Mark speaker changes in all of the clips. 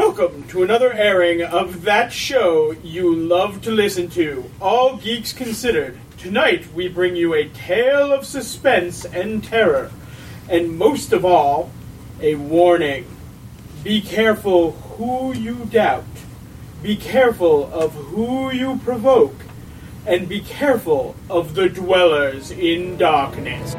Speaker 1: Welcome to another airing of that show you love to listen to, All Geeks Considered. Tonight we bring you a tale of suspense and terror, and most of all, a warning. Be careful who you doubt, be careful of who you provoke, and be careful of the dwellers in darkness.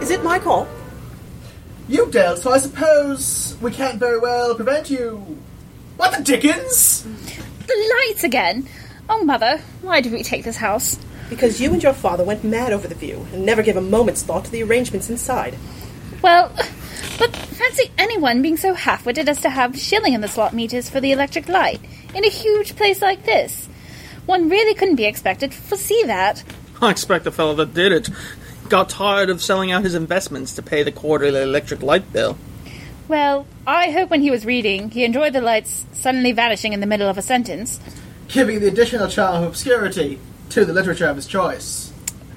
Speaker 2: Is it my call?
Speaker 3: You dealt, so I suppose we can't very well prevent you. What the dickens?
Speaker 4: The lights again! Oh, Mother, why did we take this house?
Speaker 2: Because you and your father went mad over the view and never gave a moment's thought to the arrangements inside.
Speaker 4: Well, but fancy anyone being so half witted as to have shilling in the slot meters for the electric light in a huge place like this. One really couldn't be expected to foresee that.
Speaker 5: I expect the fellow that did it got tired of selling out his investments to pay the quarterly electric light bill.
Speaker 4: Well, I hope when he was reading, he enjoyed the lights suddenly vanishing in the middle of a sentence.
Speaker 3: Giving the additional charm of obscurity to the literature of his choice.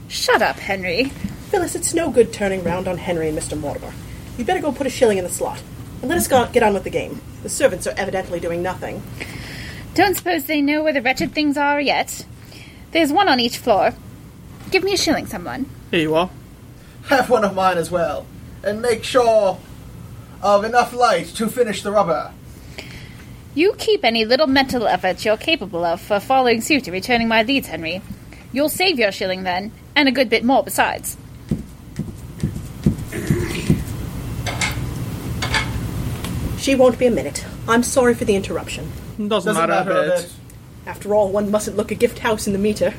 Speaker 4: Shut up, Henry.
Speaker 2: Phyllis, it's no good turning round on Henry and Mr. Mortimer. You'd better go put a shilling in the slot. And let us go, get on with the game. The servants are evidently doing nothing.
Speaker 4: Don't suppose they know where the wretched things are yet. There's one on each floor. Give me a shilling, someone.
Speaker 5: Here you are.
Speaker 3: Have one of mine as well, and make sure of enough light to finish the rubber.
Speaker 4: You keep any little mental efforts you're capable of for following suit and returning my leads, Henry. You'll save your shilling then, and a good bit more besides.
Speaker 2: She won't be a minute. I'm sorry for the interruption.
Speaker 5: Doesn't, matter, a bit.
Speaker 2: After all, one mustn't look a gift house in the meter.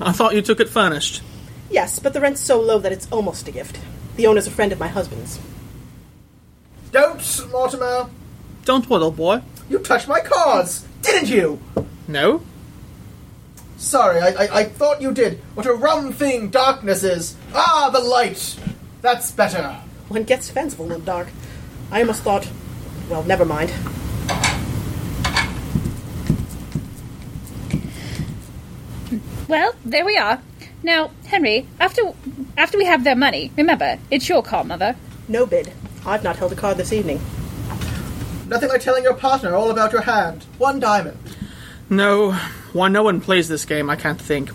Speaker 5: I thought you took it furnished.
Speaker 2: Yes, but the rent's so low that it's almost a gift. The owner's a friend of my husband's.
Speaker 3: Don't, Mortimer.
Speaker 5: Don't what, old boy?
Speaker 3: You touched my cards, didn't you?
Speaker 5: No?
Speaker 3: Sorry, I, I, I thought you did. What a rum thing darkness is. Ah, the light. That's better.
Speaker 2: One gets fanciful in the dark. I almost thought, well, never mind.
Speaker 4: Well, there we are. Now, Henry, after after we have their money, remember, it's your call, Mother.
Speaker 2: No bid. I've not held a card this evening.
Speaker 3: Nothing like telling your partner all about your hand. One diamond.
Speaker 5: No. Why no one plays this game, I can't think.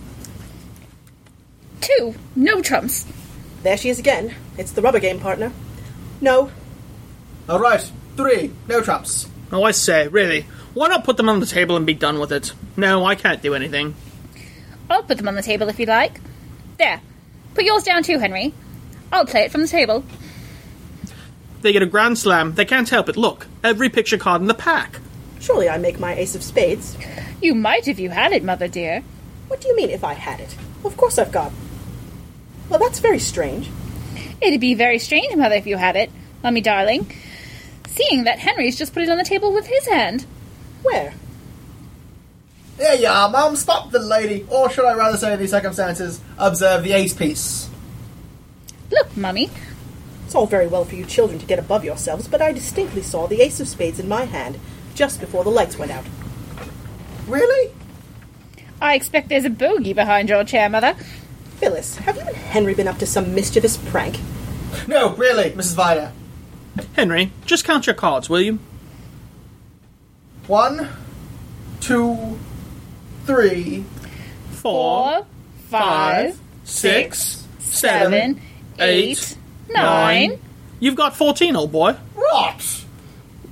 Speaker 4: Two, no trumps.
Speaker 2: There she is again. It's the rubber game, partner. No,
Speaker 3: All right, three. No traps.
Speaker 5: Oh, I say, really. Why not put them on the table and be done with it? No, I can't do anything.
Speaker 4: I'll put them on the table if you like. There. Put yours down too, Henry. I'll play it from the table.
Speaker 5: They get a grand slam. They can't help it. Look, every picture card in the pack.
Speaker 2: surely I make my ace of spades.
Speaker 4: You might if you had it, Mother dear.
Speaker 2: What do you mean if I had it? Of course I've got. Well, that's very strange.
Speaker 4: It'd be very strange, Mother, if you had it, Mummy darling. Seeing that Henry's just put it on the table with his hand.
Speaker 2: Where?
Speaker 3: There you are, Mum. Stop the lady, or should I rather say, in these circumstances, observe the ace piece.
Speaker 4: Look, Mummy,
Speaker 2: It's all very well for you children to get above yourselves, but I distinctly saw the ace of spades in my hand just before the lights went out.
Speaker 3: Really?
Speaker 4: I expect there's a bogey behind your chair, Mother.
Speaker 2: Phyllis, have you and Henry been up to some mischievous prank?
Speaker 3: No, really, Mrs. Vida.
Speaker 5: Henry, just count your cards, will you?
Speaker 3: One, two, three,
Speaker 4: Four, five,
Speaker 5: six,
Speaker 4: seven, eight, nine,
Speaker 5: You've got 14, old boy.
Speaker 3: rot.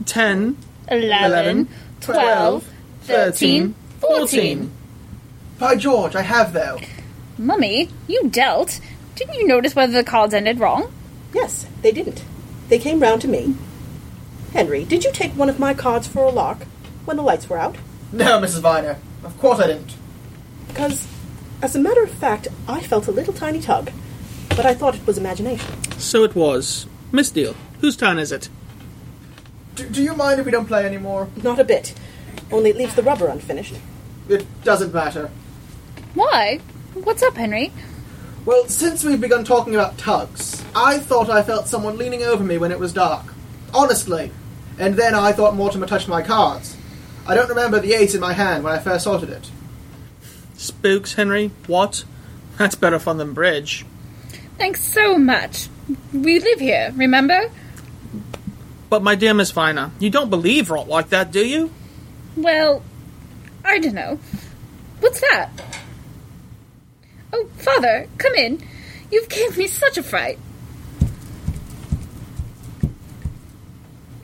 Speaker 5: 10,
Speaker 4: eleven,
Speaker 5: Eleven,
Speaker 4: twelve, thirteen,
Speaker 5: thirteen,
Speaker 4: fourteen.
Speaker 3: By George, I have though.
Speaker 4: Mummy, you dealt. Didn't you notice whether the cards ended wrong?
Speaker 2: Yes, they didn't. They came round to me. Henry, did you take one of my cards for a lark when the lights were out?
Speaker 3: No, Mrs. Viner. Of course I didn't.
Speaker 2: Because, as a matter of fact, I felt a little tiny tug, but I thought it was imagination.
Speaker 5: So it was. Miss Deal, whose turn is it?
Speaker 3: Do, do you mind if we don't play anymore?
Speaker 2: Not a bit. Only it leaves the rubber unfinished.
Speaker 3: It doesn't matter.
Speaker 4: Why? What's up, Henry?
Speaker 3: Well, since we've begun talking about tugs, I thought I felt someone leaning over me when it was dark. Honestly. And then I thought Mortimer touched my cards. I don't remember the ace in my hand when I first sorted it.
Speaker 5: Spooks, Henry? What? That's better fun than bridge.
Speaker 4: Thanks so much. We live here, remember?
Speaker 5: But my dear Miss Viner, you don't believe rot like that, do you?
Speaker 4: Well, I don't know. What's that? Oh, father, come in. You've gave me such a fright.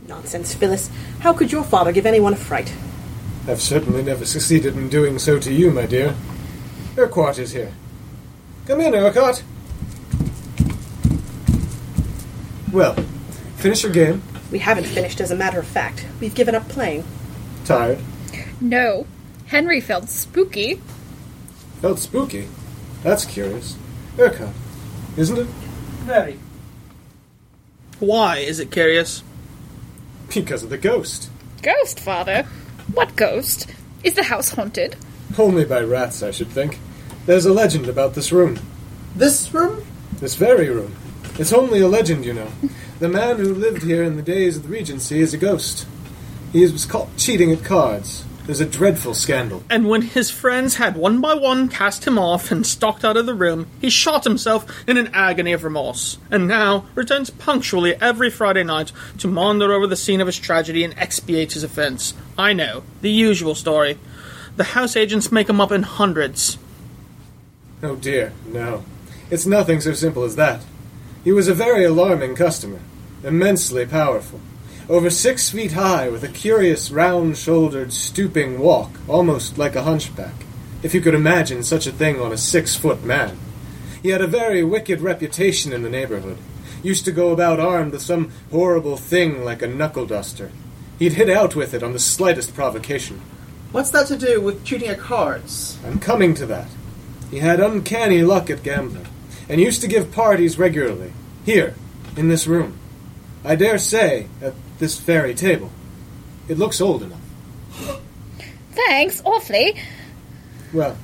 Speaker 2: Nonsense, Phyllis. How could your father give anyone a fright?
Speaker 6: I've certainly never succeeded in doing so to you, my dear. Urquhart is here. Come in, Urquhart. Well, finish your game.
Speaker 2: We haven't finished, as a matter of fact. We've given up playing.
Speaker 6: Tired.
Speaker 4: No, Henry felt spooky.
Speaker 6: Felt spooky. That's curious. Urquhart, isn't it?
Speaker 1: Very.
Speaker 5: Why is it curious?
Speaker 6: Because of the ghost.
Speaker 4: Ghost, father? What ghost? Is the house haunted?
Speaker 6: Only by rats, I should think. There's a legend about this room.
Speaker 3: This room?
Speaker 6: This very room. It's only a legend, you know. The man who lived here in the days of the Regency is a ghost. He was caught cheating at cards. There's a dreadful scandal.
Speaker 5: And when his friends had one by one cast him off and stalked out of the room, he shot himself in an agony of remorse, and now returns punctually every Friday night to maunder over the scene of his tragedy and expiate his offense. I know, the usual story. The house agents make him up in hundreds.
Speaker 6: Oh dear, no. It's nothing so simple as that. He was a very alarming customer, immensely powerful, over six feet high, with a curious round shouldered, stooping walk, almost like a hunchback, if you could imagine such a thing on a six foot man. He had a very wicked reputation in the neighborhood, used to go about armed with some horrible thing like a knuckle duster. He'd hit out with it on the slightest provocation.
Speaker 3: What's that to do with cheating at cards?
Speaker 6: I'm coming to that. He had uncanny luck at gambling, and used to give parties regularly, here, in this room. I dare say, at this very table. It looks old enough.
Speaker 4: Thanks, awfully.
Speaker 6: Well,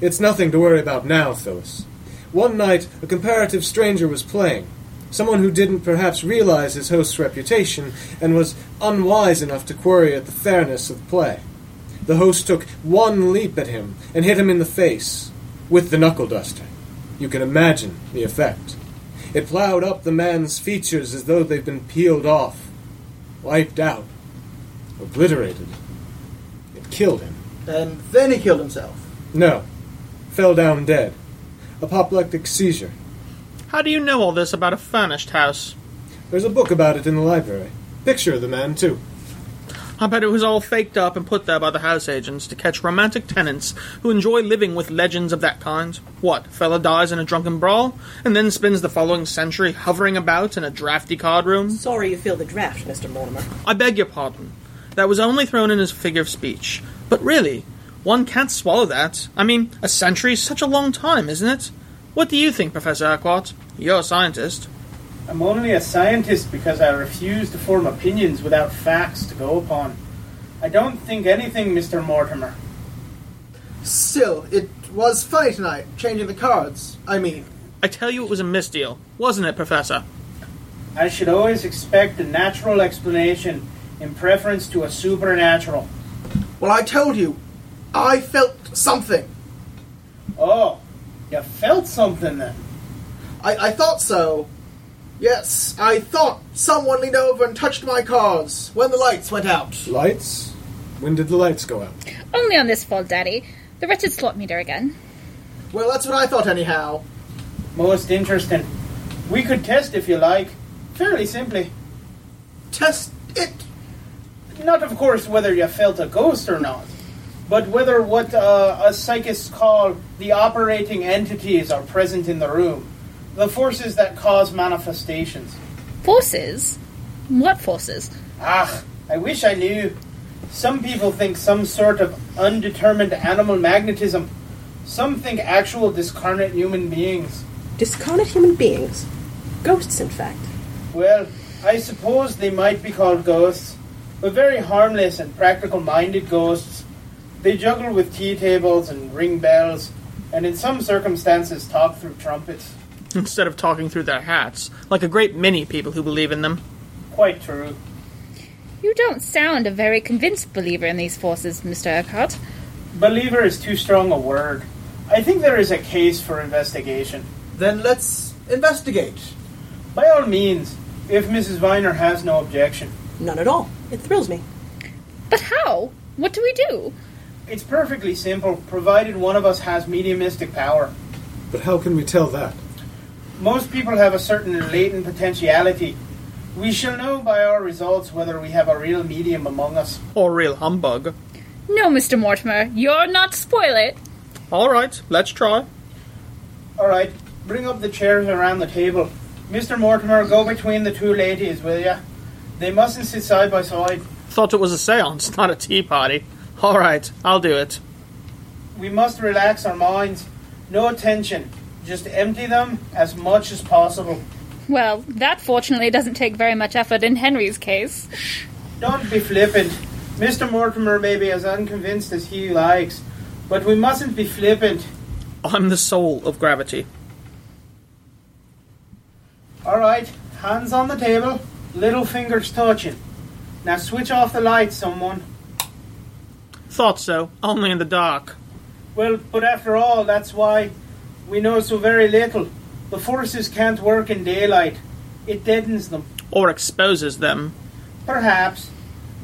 Speaker 6: it's nothing to worry about now, Phyllis. One night, a comparative stranger was playing, someone who didn't perhaps realize his host's reputation and was unwise enough to query at the fairness of play. The host took one leap at him and hit him in the face with the knuckle duster. You can imagine the effect. It plowed up the man's features as though they'd been peeled off, wiped out, obliterated. It killed him.
Speaker 3: And then he killed himself.
Speaker 6: No, fell down dead. Apoplectic seizure.
Speaker 5: How do you know all this about a furnished house?
Speaker 6: There's a book about it in the library. Picture of the man, too.
Speaker 5: I bet it was all faked up and put there by the house agents to catch romantic tenants who enjoy living with legends of that kind. What, fella dies in a drunken brawl, and then spends the following century hovering about in a drafty card room?
Speaker 2: Sorry you feel the draft, Mr. Mortimer.
Speaker 5: I beg your pardon. That was only thrown in as a figure of speech. But really, one can't swallow that. I mean, a century is such a long time, isn't it? What do you think, Professor Urquhart? You're a scientist.
Speaker 1: I'm only a scientist because I refuse to form opinions without facts to go upon. I don't think anything, Mr. Mortimer.
Speaker 3: Still, it was funny tonight, changing the cards. I mean,
Speaker 5: I tell you it was a misdeal, wasn't it, Professor?
Speaker 1: I should always expect a natural explanation in preference to a supernatural.
Speaker 3: well, I told you, I felt something.
Speaker 1: Oh, you felt something then.
Speaker 3: I, I thought so. Yes, I thought someone leaned over and touched my cards when the lights went out.
Speaker 6: Lights? When did the lights go out?
Speaker 4: Only on this fall, Daddy. The wretched slot meter again.
Speaker 3: Well, that's what I thought, anyhow.
Speaker 1: Most interesting. We could test if you like. Fairly simply.
Speaker 3: Test it.
Speaker 1: Not, of course, whether you felt a ghost or not, but whether what uh, us psychists call the operating entities are present in the room, the forces that cause manifestations.
Speaker 4: Forces? What forces?
Speaker 1: Ah, I wish I knew. Some people think some sort of undetermined animal magnetism. Some think actual discarnate human beings.
Speaker 2: Discarnate human beings. Ghosts, in fact.
Speaker 1: Well, I suppose they might be called ghosts, but very harmless and practical minded ghosts.
Speaker 7: They juggle with tea tables and ring bells, and in some circumstances talk through trumpets.
Speaker 5: instead of talking through their hats, like a great many people who believe in them.
Speaker 7: Quite true.
Speaker 4: You don't sound a very convinced believer in these forces, Mr. Urquhart.
Speaker 7: Believer is too strong a word. I think there is a case for investigation.
Speaker 3: Then let's investigate.
Speaker 7: By all means, if Mrs. Viner has no objection.
Speaker 2: None at all. It thrills me.
Speaker 4: But how? What do we do?
Speaker 7: It's perfectly simple, provided one of us has mediumistic power.
Speaker 6: But how can we tell that?
Speaker 7: Most people have a certain latent potentiality. We shall know by our results whether we have a real medium among us.
Speaker 5: Or real humbug.
Speaker 4: No, Mr. Mortimer, you're not to spoil it.
Speaker 5: All right, let's try.
Speaker 7: All right, bring up the chairs around the table. Mr. Mortimer, go between the two ladies, will ya? They mustn't sit side by side.
Speaker 5: Thought it was a seance, not a tea party. All right, I'll do it.
Speaker 7: We must relax our minds. No tension. Just empty them as much as possible.
Speaker 4: Well, that fortunately doesn't take very much effort in Henry's case.
Speaker 7: Don't be flippant. Mr. Mortimer may be as unconvinced as he likes, but we mustn't be flippant.
Speaker 5: I'm the soul of gravity.
Speaker 7: All right, hands on the table, little fingers touching. Now switch off the lights, someone.
Speaker 5: Thought so, only in the dark.
Speaker 7: Well, but after all, that's why we know so very little. The forces can't work in daylight. It deadens them.
Speaker 5: Or exposes them.
Speaker 7: Perhaps,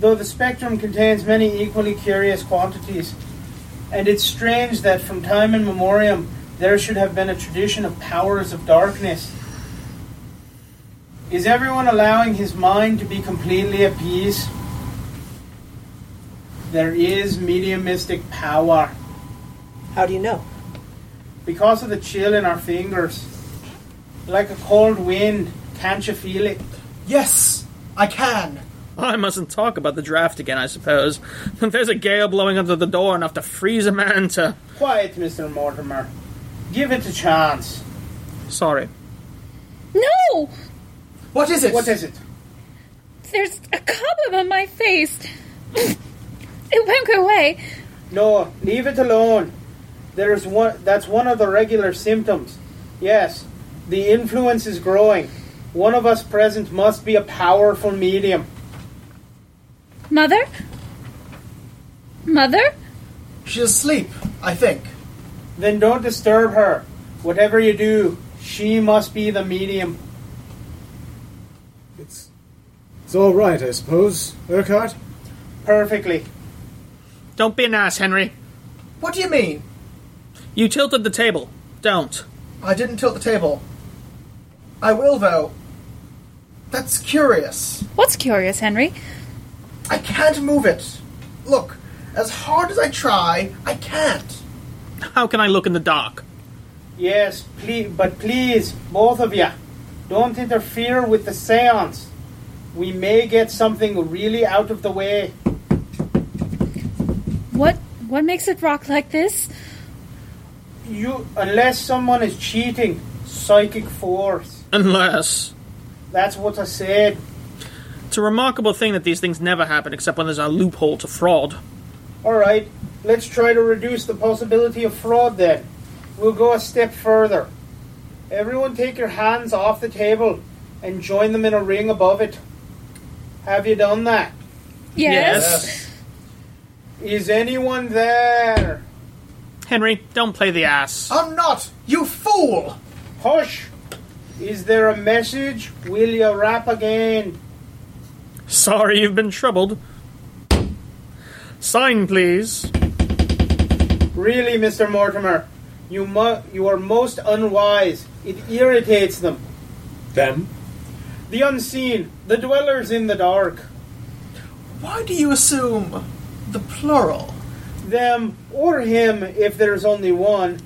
Speaker 7: though the spectrum contains many equally curious quantities. And it's strange that from time immemorial there should have been a tradition of powers of darkness. Is everyone allowing his mind to be completely at peace? There is mediumistic power
Speaker 2: How do you know?
Speaker 7: because of the chill in our fingers. Like a cold wind, can't you feel it?
Speaker 3: Yes, I can.
Speaker 5: I mustn't talk about the draft again, I suppose. There's a gale blowing under the door enough to freeze a man to.
Speaker 7: Quiet, Mr. Mortimer. Give it a chance.
Speaker 5: Sorry.
Speaker 4: No!
Speaker 3: What is it?
Speaker 7: What is it?
Speaker 4: There's a cobweb on my face. it won't go away.
Speaker 7: No, leave it alone. There's one that's one of the regular symptoms. Yes, the influence is growing. One of us present must be a powerful medium.
Speaker 4: Mother? Mother?
Speaker 3: She's asleep, I think.
Speaker 7: Then don't disturb her. Whatever you do, she must be the medium.
Speaker 6: It's it's all right, I suppose, Urquhart.
Speaker 7: Perfectly.
Speaker 5: Don't be an ass, Henry.
Speaker 3: What do you mean?
Speaker 5: You tilted the table. Don't.
Speaker 3: I didn't tilt the table. I will, though. That's curious.
Speaker 4: What's curious, Henry?
Speaker 3: I can't move it. Look, as hard as I try, I can't.
Speaker 5: How can I look in the dark?
Speaker 7: Yes, please, but please, both of you, don't interfere with the seance. We may get something really out of the way.
Speaker 4: What what makes it rock like this?
Speaker 7: You, unless someone is cheating, psychic force.
Speaker 5: Unless.
Speaker 7: That's what I said.
Speaker 5: It's a remarkable thing that these things never happen except when there's a loophole to fraud.
Speaker 7: All right, let's try to reduce the possibility of fraud then. We'll go a step further. Everyone take your hands off the table and join them in a ring above it. Have you done that? Is anyone there?
Speaker 5: Henry, don't play the ass.
Speaker 3: I'm not, you fool!
Speaker 7: Hush! Is there a message? Will you rap again?
Speaker 5: Sorry you've been troubled. Sign, please.
Speaker 7: Really, Mr. Mortimer, you, mu- you are most unwise. It irritates them.
Speaker 6: Them?
Speaker 7: The unseen, the dwellers in the dark.
Speaker 3: Why do you assume the plural?
Speaker 7: Them or him, if there's only one.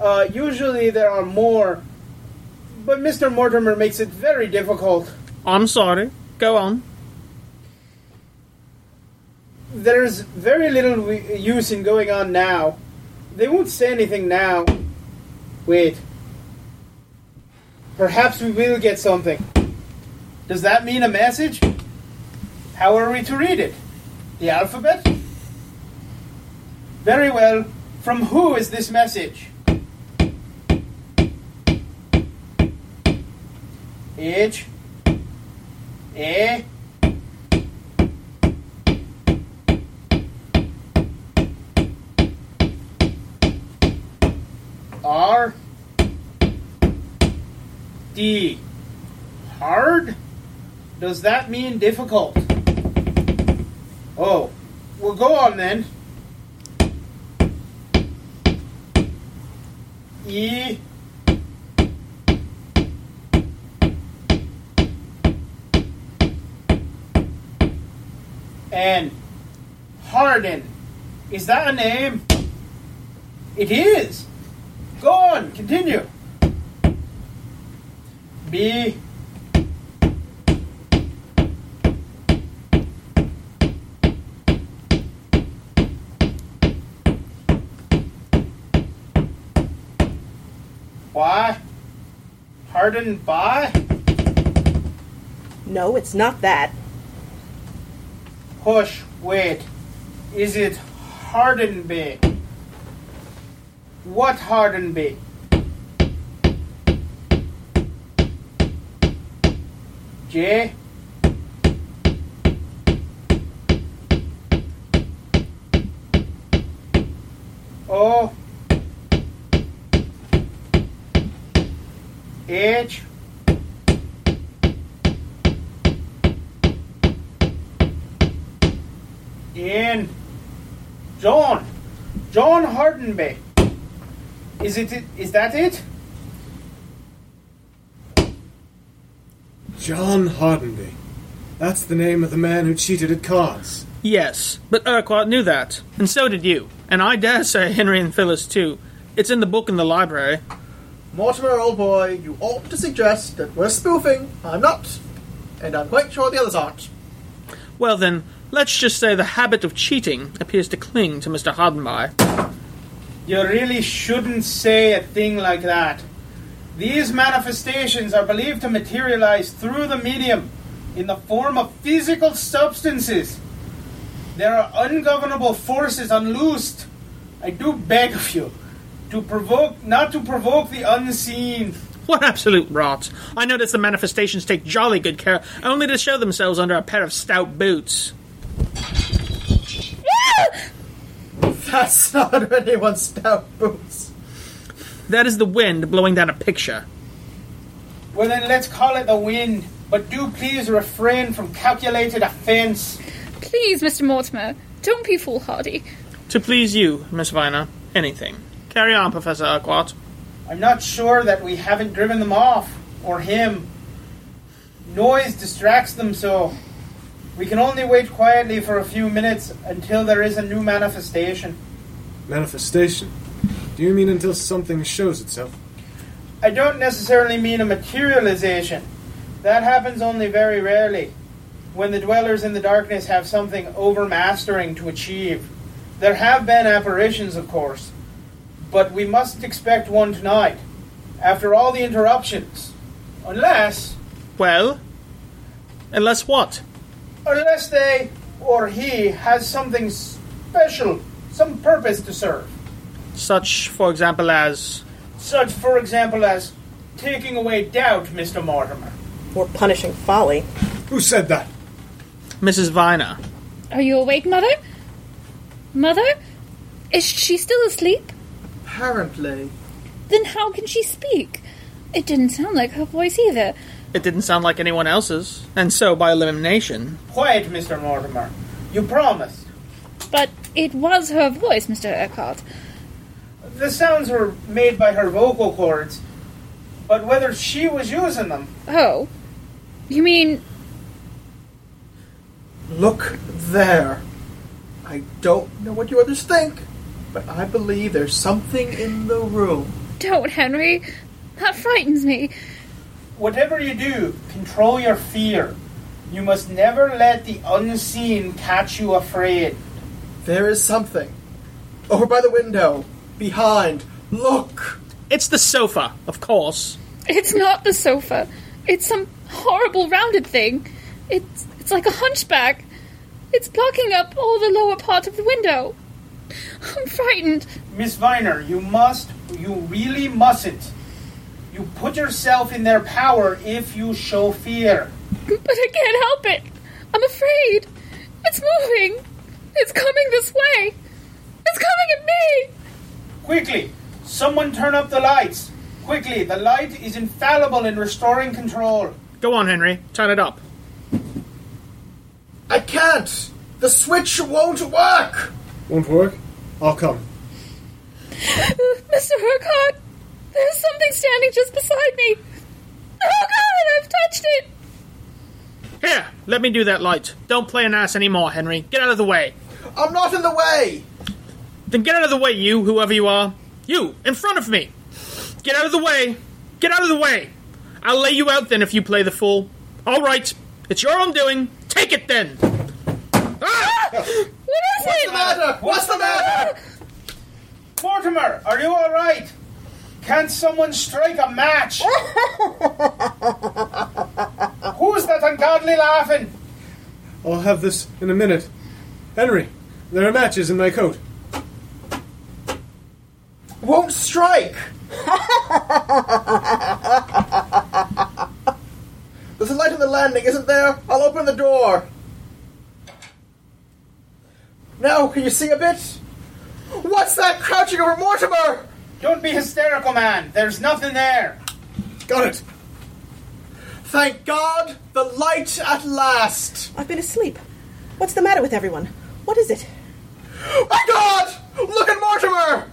Speaker 7: Uh, usually there are more, but Mr. Mortimer makes it very difficult.
Speaker 5: I'm sorry. Go on.
Speaker 7: There's very little we- use in going on now. They won't say anything now. Wait. Perhaps we will get something. Does that mean a message? How are we to read it? The alphabet? Very well. From who is this message? H. A. R. D. Hard? Does that mean difficult? Oh, well, go on then. E. N. Harden. Is that a name? It is. Go on, continue. B. Why? Hardened by?
Speaker 2: No, it's not that.
Speaker 7: Hush, wait. Is it Hardenby? What Hardenby? J? O? H? Ian. John. John Hardenby. Is it, it? Is that it?
Speaker 6: John Hardenby. That's the name of the man who cheated at cards.
Speaker 5: Yes, but Urquhart knew that, and so did you. And I dare say Henry and Phyllis too. It's in the book in the library.
Speaker 3: Mortimer, old boy, you ought to suggest that we're spoofing. I'm not, and I'm quite sure the others aren't.
Speaker 5: Well then, let's just say the habit of cheating appears to cling to Mr. Hardenby.
Speaker 7: You really shouldn't say a thing like that. These manifestations are believed to materialize through the medium in the form of physical substances. There are ungovernable forces unloosed. I do beg of you to provoke not to provoke the unseen.
Speaker 5: What absolute rot! I notice the manifestations take jolly good care only to show themselves under a pair of stout boots.
Speaker 3: That's not anyone's stout boots.
Speaker 5: That is the wind blowing down a picture.
Speaker 7: Well, then let's call it the wind, but do please refrain from calculated offense.
Speaker 4: Please, Mr. Mortimer, don't be foolhardy.
Speaker 5: To please you, Miss Viner, anything. Carry on, Professor Urquhart.
Speaker 7: I'm not sure that we haven't driven them off, or him. Noise distracts them so. We can only wait quietly for a few minutes until there is a new manifestation.
Speaker 6: Manifestation. Do you mean until something shows itself?
Speaker 7: I don't necessarily mean a materialization. That happens only very rarely, when the dwellers in the darkness have something overmastering to achieve. There have been apparitions, of course, but we must expect one tonight, after all the interruptions. Unless,
Speaker 5: Well, unless what?
Speaker 7: unless they or he has something special, some purpose to serve.
Speaker 5: Such, for example, as.
Speaker 7: Such, for example, as taking away doubt, Mr. Mortimer.
Speaker 2: Or punishing folly.
Speaker 6: Who said that?
Speaker 5: Mrs. Viner.
Speaker 4: Are you awake, Mother? Mother? Is she still asleep?
Speaker 3: Apparently.
Speaker 4: Then how can she speak? It didn't sound like her voice either.
Speaker 5: It didn't sound like anyone else's, and so by elimination.
Speaker 7: Quiet, Mr. Mortimer. You promised.
Speaker 4: But it was her voice, Mr. Urquhart.
Speaker 7: The sounds were made by her vocal cords, but whether she was using them,
Speaker 4: Oh. You mean.
Speaker 3: Look there. I don't know what you others think, but I believe there's something in the room.
Speaker 4: Don't, Henry. That frightens me.
Speaker 7: whatever you do, control your fear. You must never let the unseen catch you afraid.
Speaker 3: There is something. Over by the window. Behind. Look!
Speaker 5: It's the sofa, of course.
Speaker 4: It's not the sofa. It's some horrible rounded thing. It's, it's like a hunchback. It's blocking up all the lower part of the window. I'm frightened.
Speaker 7: Miss Viner, you must, you really mustn't. You put yourself in their power if you show fear.
Speaker 4: But I can't help it. I'm afraid. It's moving. It's coming this way. It's coming at me.
Speaker 7: Quickly, someone turn up the lights. Quickly, the light is infallible in restoring control.
Speaker 5: Go on, Henry. Turn it up.
Speaker 3: I can't! The switch won't work!
Speaker 6: Won't work? I'll come.
Speaker 4: Mr. Urquhart, there's something standing just beside me. Oh God, I've touched it.
Speaker 5: Here, let me do that light. Don't play an ass anymore, Henry. Get out of the way.
Speaker 3: I'm not in the way!
Speaker 5: Then get out of the way, you, whoever you are. You, in front of me. Get out of the way. Get out of the way. I'll lay you out then if you play the fool. All right. It's your own doing. Take it then. Ah!
Speaker 4: What is
Speaker 3: What's
Speaker 4: it?
Speaker 3: the matter? What's the matter?
Speaker 7: Mortimer, are you all right? Can't someone strike a match? Who's that ungodly laughing?
Speaker 6: I'll have this in a minute. Henry, there are matches in my coat.
Speaker 3: Won't strike! There's a light on the landing, isn't there? I'll open the door. Now, can you see a bit? What's that crouching over Mortimer?
Speaker 7: Don't be hysterical, man. There's nothing there.
Speaker 6: Got it.
Speaker 3: Thank God, the light at last!
Speaker 2: I've been asleep. What's the matter with everyone? What is it?
Speaker 3: My God! Look at Mortimer!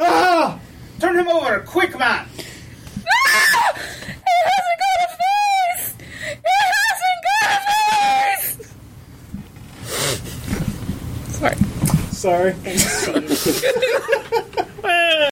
Speaker 6: Ah!
Speaker 7: Turn him over, quick, man.
Speaker 4: Ah! It hasn't got a face. It hasn't got a face. Sorry.
Speaker 6: Sorry.